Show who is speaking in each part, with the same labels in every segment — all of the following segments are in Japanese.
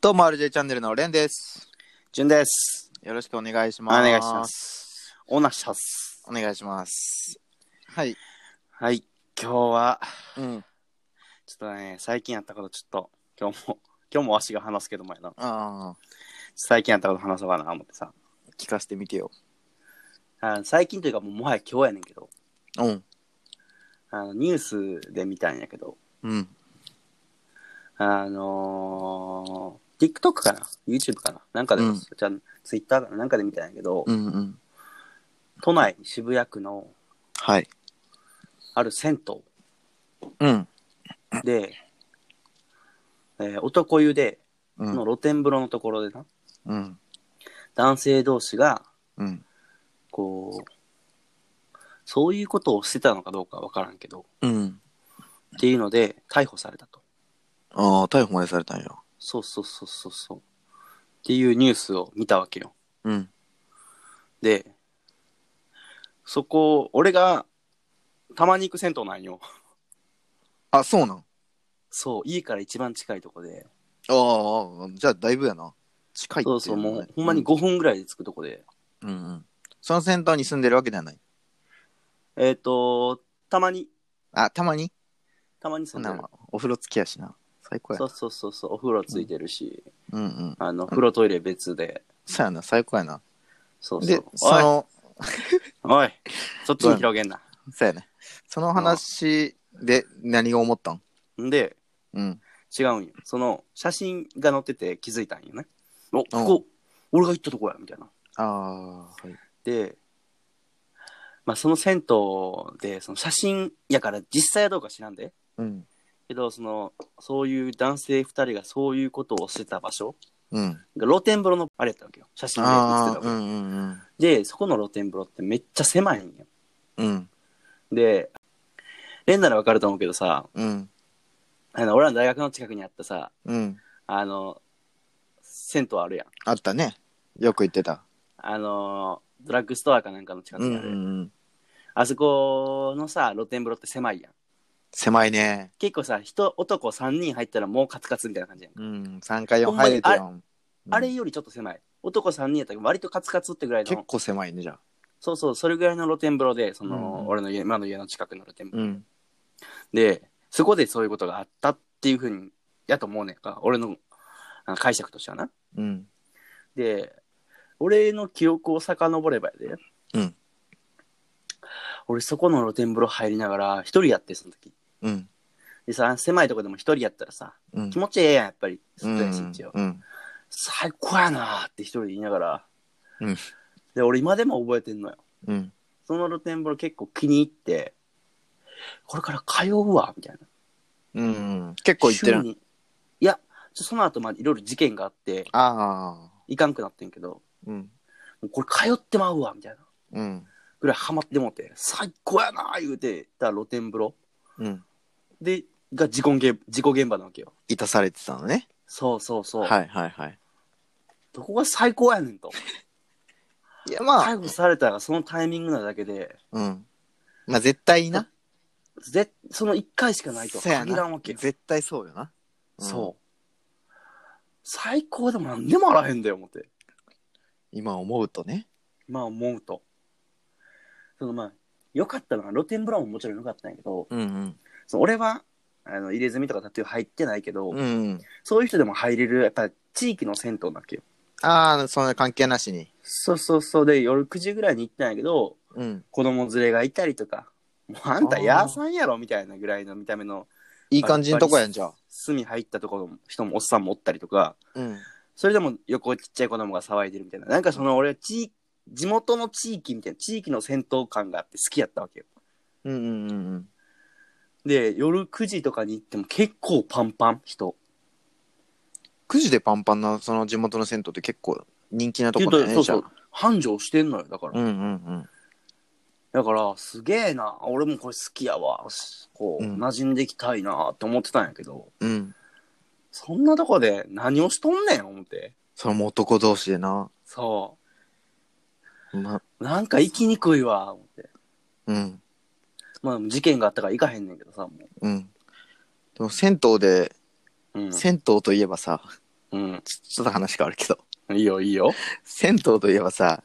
Speaker 1: どうも、RJ チャンネルのレンです。
Speaker 2: じゅんです。
Speaker 1: よろしくお願いし
Speaker 2: お
Speaker 1: ます。
Speaker 2: 願いしま。す。おなしゃす。
Speaker 1: お願いします。はい。
Speaker 2: はい。今日は、
Speaker 1: うん。
Speaker 2: ちょっとね、最近やったことちょっと、今日も、 今日もわしが話すけどもやな。
Speaker 1: ああ、
Speaker 2: 最近やったこと話そうかな思ってさ。
Speaker 1: 聞かせてみてよ。
Speaker 2: あの最近というかもうもはや今日やねんけど、
Speaker 1: うん。
Speaker 2: あのニュースで見たんやけど、
Speaker 1: うん。
Speaker 2: あのー、TikTok かな ?YouTube かななんかで、
Speaker 1: うん
Speaker 2: じゃあ Twitter かななんかで見たんやけど、
Speaker 1: うんうん。
Speaker 2: 都内渋谷区の
Speaker 1: はい。
Speaker 2: ある銭湯
Speaker 1: うん。
Speaker 2: で、えー男湯で、
Speaker 1: う
Speaker 2: の
Speaker 1: ん。
Speaker 2: 露天風呂のところでな、
Speaker 1: うん。
Speaker 2: 男性同士が、
Speaker 1: うん。
Speaker 2: こう、そういうことをしてたのかどうかわからんけど、
Speaker 1: うん。
Speaker 2: っていうので、逮捕されたと。
Speaker 1: ああ、逮捕までされたんや。
Speaker 2: そうそうそうそうそう。っていうニュースを見たわけよ。
Speaker 1: うん。
Speaker 2: で、そこ、俺が、たまに行く銭湯なんよ。
Speaker 1: あ、そうなん
Speaker 2: そう、家から一番近いとこで。
Speaker 1: ああああ、じゃあだいぶやな。近いってい
Speaker 2: そう
Speaker 1: のはね
Speaker 2: そう、もう、ほんまに。5分ぐらいで着くとこで。
Speaker 1: うんうん。そのセンターに住んでるわけではない。
Speaker 2: えっ、と、たまに、
Speaker 1: あ、たまに
Speaker 2: たまに
Speaker 1: そ
Speaker 2: そ
Speaker 1: ん
Speaker 2: ん
Speaker 1: な
Speaker 2: なんの。
Speaker 1: はお風呂付きやしな。最高や
Speaker 2: そ。うそうそうそう、お風呂ついてるし、
Speaker 1: うんうん。
Speaker 2: あの、風呂トイレ別で。
Speaker 1: そうやな、最高やな。
Speaker 2: そうそ
Speaker 1: で
Speaker 2: う。、
Speaker 1: そ
Speaker 2: おい、
Speaker 1: の、
Speaker 2: おい、そっちに広げんな。
Speaker 1: そうやね。その話で何が思ったん
Speaker 2: んで、
Speaker 1: うん。
Speaker 2: 違うんよ。その写真が載ってて気づいたんよね。お、こ
Speaker 1: う
Speaker 2: こ、俺が行ったとこや、みたいな。
Speaker 1: ああ、はい。
Speaker 2: で、まあその銭湯で、その写真やから実際はどうか知らんで。
Speaker 1: うん。
Speaker 2: けど、その、そういう男性二人がそういうことをしてた場所
Speaker 1: うん。
Speaker 2: が露天風呂のあれやったわけよ。写真で写って
Speaker 1: あ
Speaker 2: た
Speaker 1: あ
Speaker 2: わ、け
Speaker 1: う
Speaker 2: よ、
Speaker 1: んうん
Speaker 2: で、そこの露天風呂ってめっちゃ狭いんよ。
Speaker 1: うん。うん。
Speaker 2: で、レンならわかると思うけどさ、
Speaker 1: うん。
Speaker 2: あの俺らの大学の近くにあったさ、
Speaker 1: うん。
Speaker 2: あの、銭湯あるやん。
Speaker 1: あったね。よく言ってた。
Speaker 2: あのードラッグストアかなんかの近く
Speaker 1: うん
Speaker 2: にあ
Speaker 1: う
Speaker 2: る、
Speaker 1: んうん。
Speaker 2: あそこのさ露天風呂って狭いやん
Speaker 1: 狭いね。
Speaker 2: 結構さ人男3人入ったらもうカツカツみたいな感じやん、
Speaker 1: うん。3回4
Speaker 2: ほんま
Speaker 1: 入
Speaker 2: に
Speaker 1: れてよ。うん
Speaker 2: あれよりちょっと狭い男3人やったら割とカツカツってぐらい
Speaker 1: 結
Speaker 2: の
Speaker 1: 構狭いね、じゃあ。
Speaker 2: そうそうそれぐらいの露天風呂でその、
Speaker 1: うん
Speaker 2: 俺の家今の家の近くの露天風
Speaker 1: う
Speaker 2: 呂、
Speaker 1: ん。
Speaker 2: でそこでそういうことがあったっていうふうにやと思うねんか俺のあの解釈としてはな
Speaker 1: うん。
Speaker 2: で俺の記憶を遡ればやで
Speaker 1: うん
Speaker 2: 俺そこの露天風呂入りながら一人やってその時
Speaker 1: うん。
Speaker 2: でさ、狭いとこでも一人やったらさ、
Speaker 1: うん
Speaker 2: 気。持ちええやん、やっぱり。
Speaker 1: う
Speaker 2: ずっとやし、
Speaker 1: ん
Speaker 2: 一応。
Speaker 1: うん。
Speaker 2: 最高やなーって一人で言いながら。
Speaker 1: うん
Speaker 2: で、俺今でも覚えてんのよ。
Speaker 1: うん。
Speaker 2: その露天風呂結構気に入って、これから通うわ、みたいな。
Speaker 1: うん。結構行って
Speaker 2: 週
Speaker 1: る。
Speaker 2: にいや、ちょその後までいろいろ事件があって、
Speaker 1: ああ。
Speaker 2: いかんくなってんけど、
Speaker 1: うん。
Speaker 2: もうこれ通ってまうわ、みたいな。
Speaker 1: うん。
Speaker 2: ぐらいハマってもって、最高やなー言うてた露天風呂。
Speaker 1: うん。
Speaker 2: で、が事故現事故現場なわけよ。
Speaker 1: いたされてたのね。
Speaker 2: そうそうそう。
Speaker 1: はいはいはい。
Speaker 2: どこが最高やねんと。
Speaker 1: いや、まあ。
Speaker 2: 逮捕されたがそのタイミングなだけで、
Speaker 1: うん。まあ絶対な。
Speaker 2: ぜその1回しかないとは
Speaker 1: そうやな
Speaker 2: 限らんわけよ。
Speaker 1: 絶対そうよな。うん
Speaker 2: そう。最高でも何でもあらへんだよ、思って。
Speaker 1: 今思うとね。
Speaker 2: まあ思うと。そのまあ、良かったのは露天風呂ももちろん良かったんやけど、
Speaker 1: うん
Speaker 2: その俺は、あの、入れ墨とかタトゥー入ってないけど、
Speaker 1: うん。うん。
Speaker 2: そういう人でも入れる、やっぱ地域の銭湯なわけよ。
Speaker 1: ああ、そんな関係なしに。
Speaker 2: そうそうそう。で、夜9時ぐらいに行ったんやけど、
Speaker 1: うん。
Speaker 2: 子供連れがいたりとか、もうあんた
Speaker 1: あー
Speaker 2: やーさんやろみたいなぐらいの見た目の
Speaker 1: いい感じのとこやんじゃあ。
Speaker 2: 隅入ったところの人もおっさんもおったりとか
Speaker 1: うん。
Speaker 2: それでも横ちっちゃい子供が騒いでるみたいななんかその俺は地地元の地域みたいな地域の戦闘感があって好きやったわけよ
Speaker 1: うんうんうんうん。
Speaker 2: で夜9時とかに行っても結構パンパン人
Speaker 1: 9時でパンパンな、その地元の銭湯って結構人気なとこだよ
Speaker 2: そ
Speaker 1: ね、
Speaker 2: う
Speaker 1: じ
Speaker 2: そ
Speaker 1: ゃ
Speaker 2: う
Speaker 1: あ。
Speaker 2: 繁盛してんのよだから、
Speaker 1: うんうん
Speaker 2: だからすげえな俺もこれ好きやわしこう、
Speaker 1: うん
Speaker 2: 馴染んでいきたいなって思ってたんやけど
Speaker 1: うん。うん。
Speaker 2: そんなとこで何をしとんねん思って
Speaker 1: それも男同士でな。
Speaker 2: そ
Speaker 1: ま、
Speaker 2: うなんか行きにくいわ思って
Speaker 1: うん。
Speaker 2: まあ事件があったから行かへんねんけどさも
Speaker 1: うん。でも銭湯で、
Speaker 2: う、うん、
Speaker 1: 銭湯といえばさ、
Speaker 2: ううん。
Speaker 1: ちょ ちょっと話変わるけど。
Speaker 2: いいよ、いいよ。
Speaker 1: 銭湯といえばさ、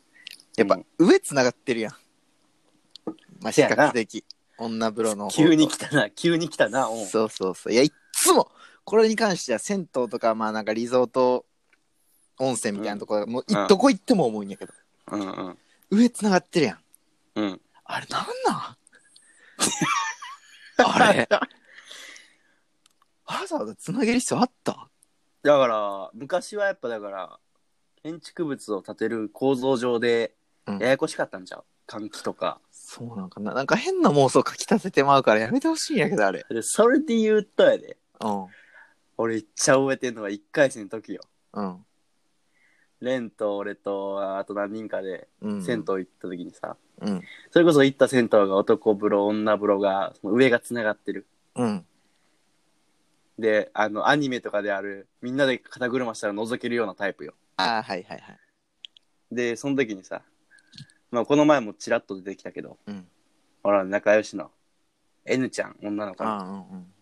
Speaker 1: やっぱ上つながってるやん。まあ、
Speaker 2: せ
Speaker 1: 比
Speaker 2: やな
Speaker 1: 較的。女風呂の方と
Speaker 2: 急に来たな、急に来たな。うん
Speaker 1: そうそうそう。いや、いっつも、これに関しては、銭湯とか、まあなんかリゾート温泉みたいなところ、もうい、
Speaker 2: うん
Speaker 1: どこ行っても思うんやけど、
Speaker 2: うんうん。
Speaker 1: 上繋がってるやん。
Speaker 2: うん。
Speaker 1: あれ、なんな んあれ、わざわざ繋げる必要あった
Speaker 2: だから、昔はやっぱだから、建築物を建てる構造上で
Speaker 1: うん、
Speaker 2: ややこしかったんじゃう換気とか。
Speaker 1: そうなんかな。なんか変な妄想かき立ててまうからやめてほしいんやけど、あれ。
Speaker 2: で、それで言うとやで。
Speaker 1: うん。
Speaker 2: 俺、いっちゃ覚えてんのは1回戦の時よ。
Speaker 1: うん。
Speaker 2: レンと俺と、あと何人かで、
Speaker 1: うん。
Speaker 2: 銭湯行った時にさ、
Speaker 1: うん。
Speaker 2: それこそ行った銭湯が男風呂、女風呂が、その上が繋がってる。
Speaker 1: うん。
Speaker 2: で、あの、アニメとかである、みんなで肩車したら覗けるようなタイプよ。
Speaker 1: ああ、はいはいはい。
Speaker 2: で、その時にさ、まあ、この前もちらっと出てきたけど、
Speaker 1: うん。
Speaker 2: ほら、仲良しの、N ちゃん、女の子の
Speaker 1: あーうんうん。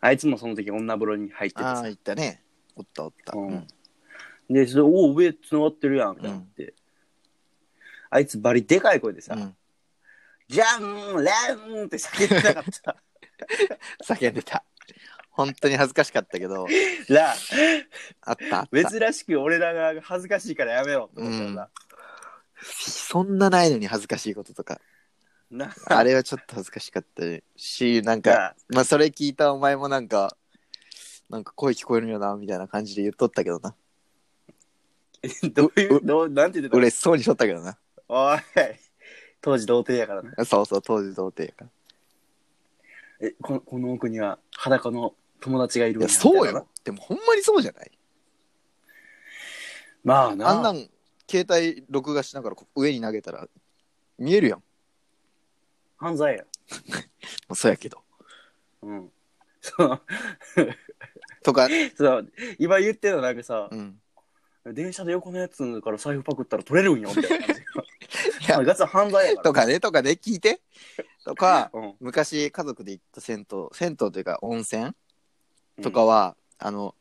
Speaker 2: あいつもその時女風呂に入ってて
Speaker 1: あ
Speaker 2: さ
Speaker 1: あ、、行ったね。おったおった。
Speaker 2: うん。で、それおお、上繋がってるやん、みたいになって。あいつバリでかい声でさ、
Speaker 1: うん
Speaker 2: じゃん、レンって叫んでな かった。
Speaker 1: 叫んでた。本当に恥ずかしかったけど、
Speaker 2: なあ
Speaker 1: あったあった。
Speaker 2: 珍しく俺らが恥ずかしいからやめろって思ったよな。
Speaker 1: そんなないのに恥ずかしいこととか。
Speaker 2: な
Speaker 1: あれはちょっと恥ずかしかったし、なんか、
Speaker 2: が、
Speaker 1: まあそれ聞いたお前もなんか、なんか声聞こえるんよな、みたいな感じで言っとったけどな。
Speaker 2: どういう
Speaker 1: う、
Speaker 2: どう、なんて言ってたの
Speaker 1: 嬉しそうにしとったけどな。
Speaker 2: おい、当時童貞やからな。
Speaker 1: そうそう、当時童貞やから。
Speaker 2: え、このこの奥には裸の友達がいる
Speaker 1: いや、
Speaker 2: ん
Speaker 1: そう
Speaker 2: みたいな
Speaker 1: よ。でもほんまにそうじゃない
Speaker 2: まあな。
Speaker 1: あんなん、携帯録画しながらこう上に投げたら、見えるやん。も
Speaker 2: 犯罪や。
Speaker 1: うそうやけど。
Speaker 2: うん。 そう、
Speaker 1: とか、
Speaker 2: そう、今言ってるのなんかさ
Speaker 1: う、 ん。
Speaker 2: 電車で横のやつから財布パクったら取れるんよ、みた いな感じ
Speaker 1: いや
Speaker 2: が。ガチは犯罪やから。
Speaker 1: とかね、とかね、聞い て。とか、
Speaker 2: うん。
Speaker 1: 昔家族で行った銭湯銭湯というか温泉
Speaker 2: うん
Speaker 1: とかは、あの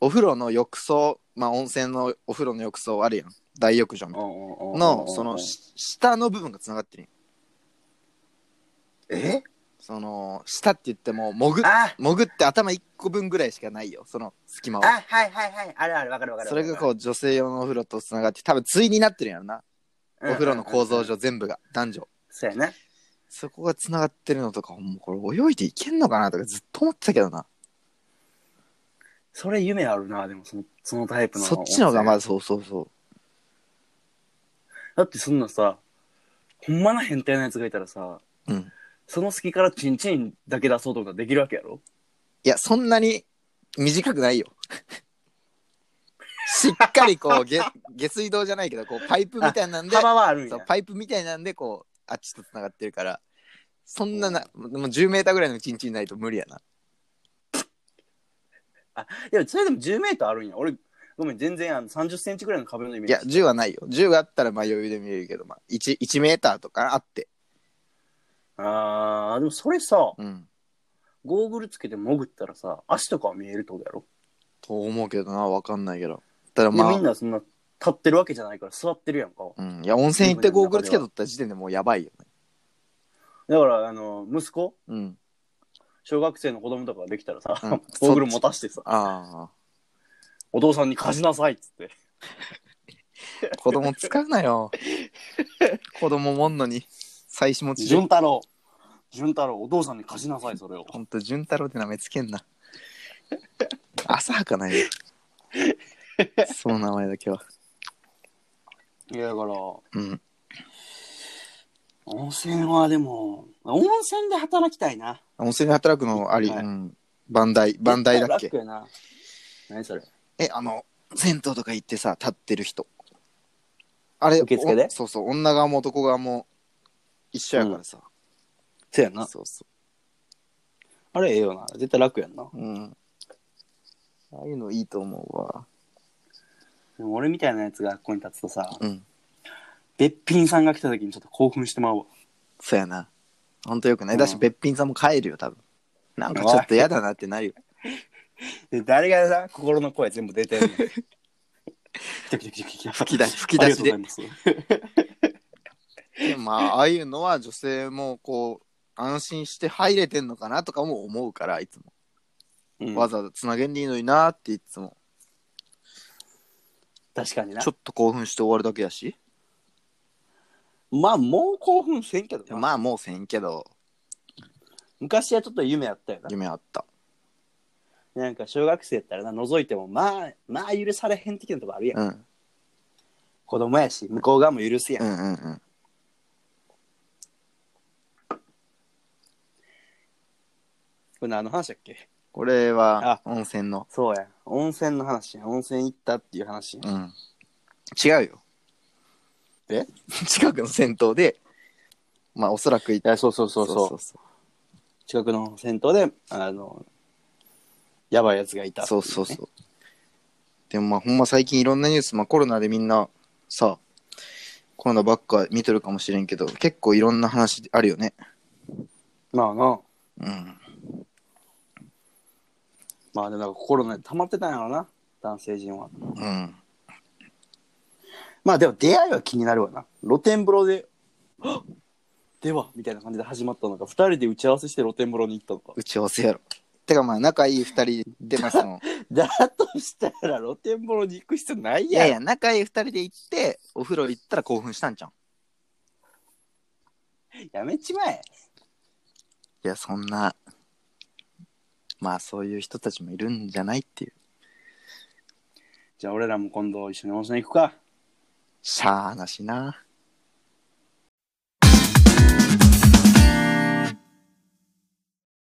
Speaker 1: お風呂の浴槽まあ温泉のお風呂の浴槽あるやん大浴場みたいなのそのし下の部分がつながってるやん
Speaker 2: え
Speaker 1: その下って言っても潜っ
Speaker 2: あ
Speaker 1: 潜って頭1個分ぐらいしかないよその隙間は
Speaker 2: あはいはいはいあるあるわかるわかる
Speaker 1: それがこう女性用のお風呂とつながって多分対になってるんやろな
Speaker 2: う
Speaker 1: お風呂の構造
Speaker 2: んうんうん
Speaker 1: 上全部が男女
Speaker 2: そうやな
Speaker 1: そこがつながってるのとかもうこれ泳いでいけんのかなとかずっと思ってたけどな
Speaker 2: それ夢あるなでもそのそのタイプの
Speaker 1: そっちの方がま
Speaker 2: だ
Speaker 1: だそうそうそう
Speaker 2: だってそんなさほんまな変態なやつがいたらさ
Speaker 1: うん
Speaker 2: その隙からチンチンだけ出そうとかできるわけやろ
Speaker 1: いや、そんなに短くないよ。 しっかりこう、下下水道じゃないけど、こう、パイプみたいなんで、
Speaker 2: 幅はあるん
Speaker 1: そう
Speaker 2: や
Speaker 1: パイプみたいなんで、こう、あっちと繋がってるから、そんなな、もう10メーターぐらいの一日にないと無理やな。
Speaker 2: いやそれでも1 0メートルあるんや俺ごめん全然あの3 0ンチぐらいの壁のイメー
Speaker 1: い
Speaker 2: ジ
Speaker 1: や、10はないよ。10があったら、まあ余裕で見れるけど、まあ1、1メーターとかあって。
Speaker 2: あーでもそれさ
Speaker 1: うん。
Speaker 2: ゴーグルつけて潜ったらさ足とかは見えるってことやろ
Speaker 1: と思うけどな、わかんないけど。ただ
Speaker 2: で
Speaker 1: ま
Speaker 2: みん
Speaker 1: あ、
Speaker 2: なそんな立ってるわけじゃないから座ってるやんか
Speaker 1: うん。いや、温泉行ってゴーグルつけとった時点でもうやばいよね。
Speaker 2: だからあの息子
Speaker 1: うん。
Speaker 2: 小学生の子供とかができたらさ、
Speaker 1: うん
Speaker 2: ゴーグル持たしてさ
Speaker 1: あ
Speaker 2: お父さんに貸しなさいっつって
Speaker 1: あ、子供使うなよ。 子供もんのに、妻子持ちで
Speaker 2: 潤太郎潤太郎お父さんに貸しなさいそれを
Speaker 1: ほんと、潤太郎って名前つけんな。浅はかないよ。その名前だけは。
Speaker 2: いやだから
Speaker 1: うん。
Speaker 2: 温泉はでも温泉で働きたいな
Speaker 1: 温泉で働くのあり、
Speaker 2: はい
Speaker 1: うん。バンダイ、バンダイだっけ
Speaker 2: 絶対楽やな何それ
Speaker 1: え、あの、銭湯とか行ってさ、立ってる人。あれ、
Speaker 2: 受付で
Speaker 1: おそうそう、女側も男側も一緒やからさ。
Speaker 2: せやな
Speaker 1: そうそ
Speaker 2: あれええよな絶対楽やんな
Speaker 1: う。うん。ああいうのいいと思うわ。
Speaker 2: でも俺みたいなやつがここに立つとさ
Speaker 1: うん。
Speaker 2: べっぴんさんが来た時にちょっと興奮してまうわ
Speaker 1: そうやな。ほんとよくない。だし、
Speaker 2: うん
Speaker 1: べっぴんさんも帰るよ、多分。なんかちょっと嫌だなってなるよ。
Speaker 2: で誰がな心の声全部出 てるの
Speaker 1: 吹
Speaker 2: 吹
Speaker 1: き出し吹き出しで
Speaker 2: ありがとうございます
Speaker 1: でもまあああいうのは女性もこう安心して入れてんのかなとかも思うからいつも、
Speaker 2: うん
Speaker 1: わざわざつなげんでいいのになっていつも
Speaker 2: 確かにな
Speaker 1: ちょっと興奮して終わるだけだし
Speaker 2: まあもう興奮せんけどな、
Speaker 1: まあもうせんけど
Speaker 2: 昔はちょっと夢あったよな
Speaker 1: 夢あった
Speaker 2: なんか小学生やったらな覗いてもまあまあ許されへん的なとこあるやん、
Speaker 1: うんうん
Speaker 2: 子供やし向こう側も許すやん、
Speaker 1: うんうん
Speaker 2: これ何の話だっけ
Speaker 1: これは温泉の
Speaker 2: そうや温泉の話や温泉行ったっていう話や
Speaker 1: うん違うよ
Speaker 2: え
Speaker 1: 近くの銭湯でまあおそらく行っ
Speaker 2: いやそうそうそうそう
Speaker 1: そう
Speaker 2: 近くの銭湯であのやばいやつがいたって
Speaker 1: そう
Speaker 2: いね、
Speaker 1: うそうそう。でもまあほんま最近いろんなニュース、まあコロナでみんなさ、コロナばっか見とるかもしれんけど、結構いろんな話あるよね。
Speaker 2: まあな
Speaker 1: うん。
Speaker 2: まあでもなんか心の中に溜まってたんやろな男性陣は
Speaker 1: うん。
Speaker 2: まあでも出会いは気になるわな露天風呂ではっではみたいな感じで始まったのか2人で打ち合わせして露天風呂に行ったのか
Speaker 1: 打ち合わせやろ。てかまあ仲いい二人で、まあその、
Speaker 2: だとしたら露天風呂に行く必要 ない
Speaker 1: い
Speaker 2: や
Speaker 1: や
Speaker 2: ん
Speaker 1: いや、仲いい二人で行って、お風呂行ったら興奮したんじゃん。
Speaker 2: やめちまえ
Speaker 1: いや、そんな、まあそういう人たちもいるんじゃないっていう。
Speaker 2: じゃあ俺らも今度一緒に温泉行くか
Speaker 1: しゃーなしな。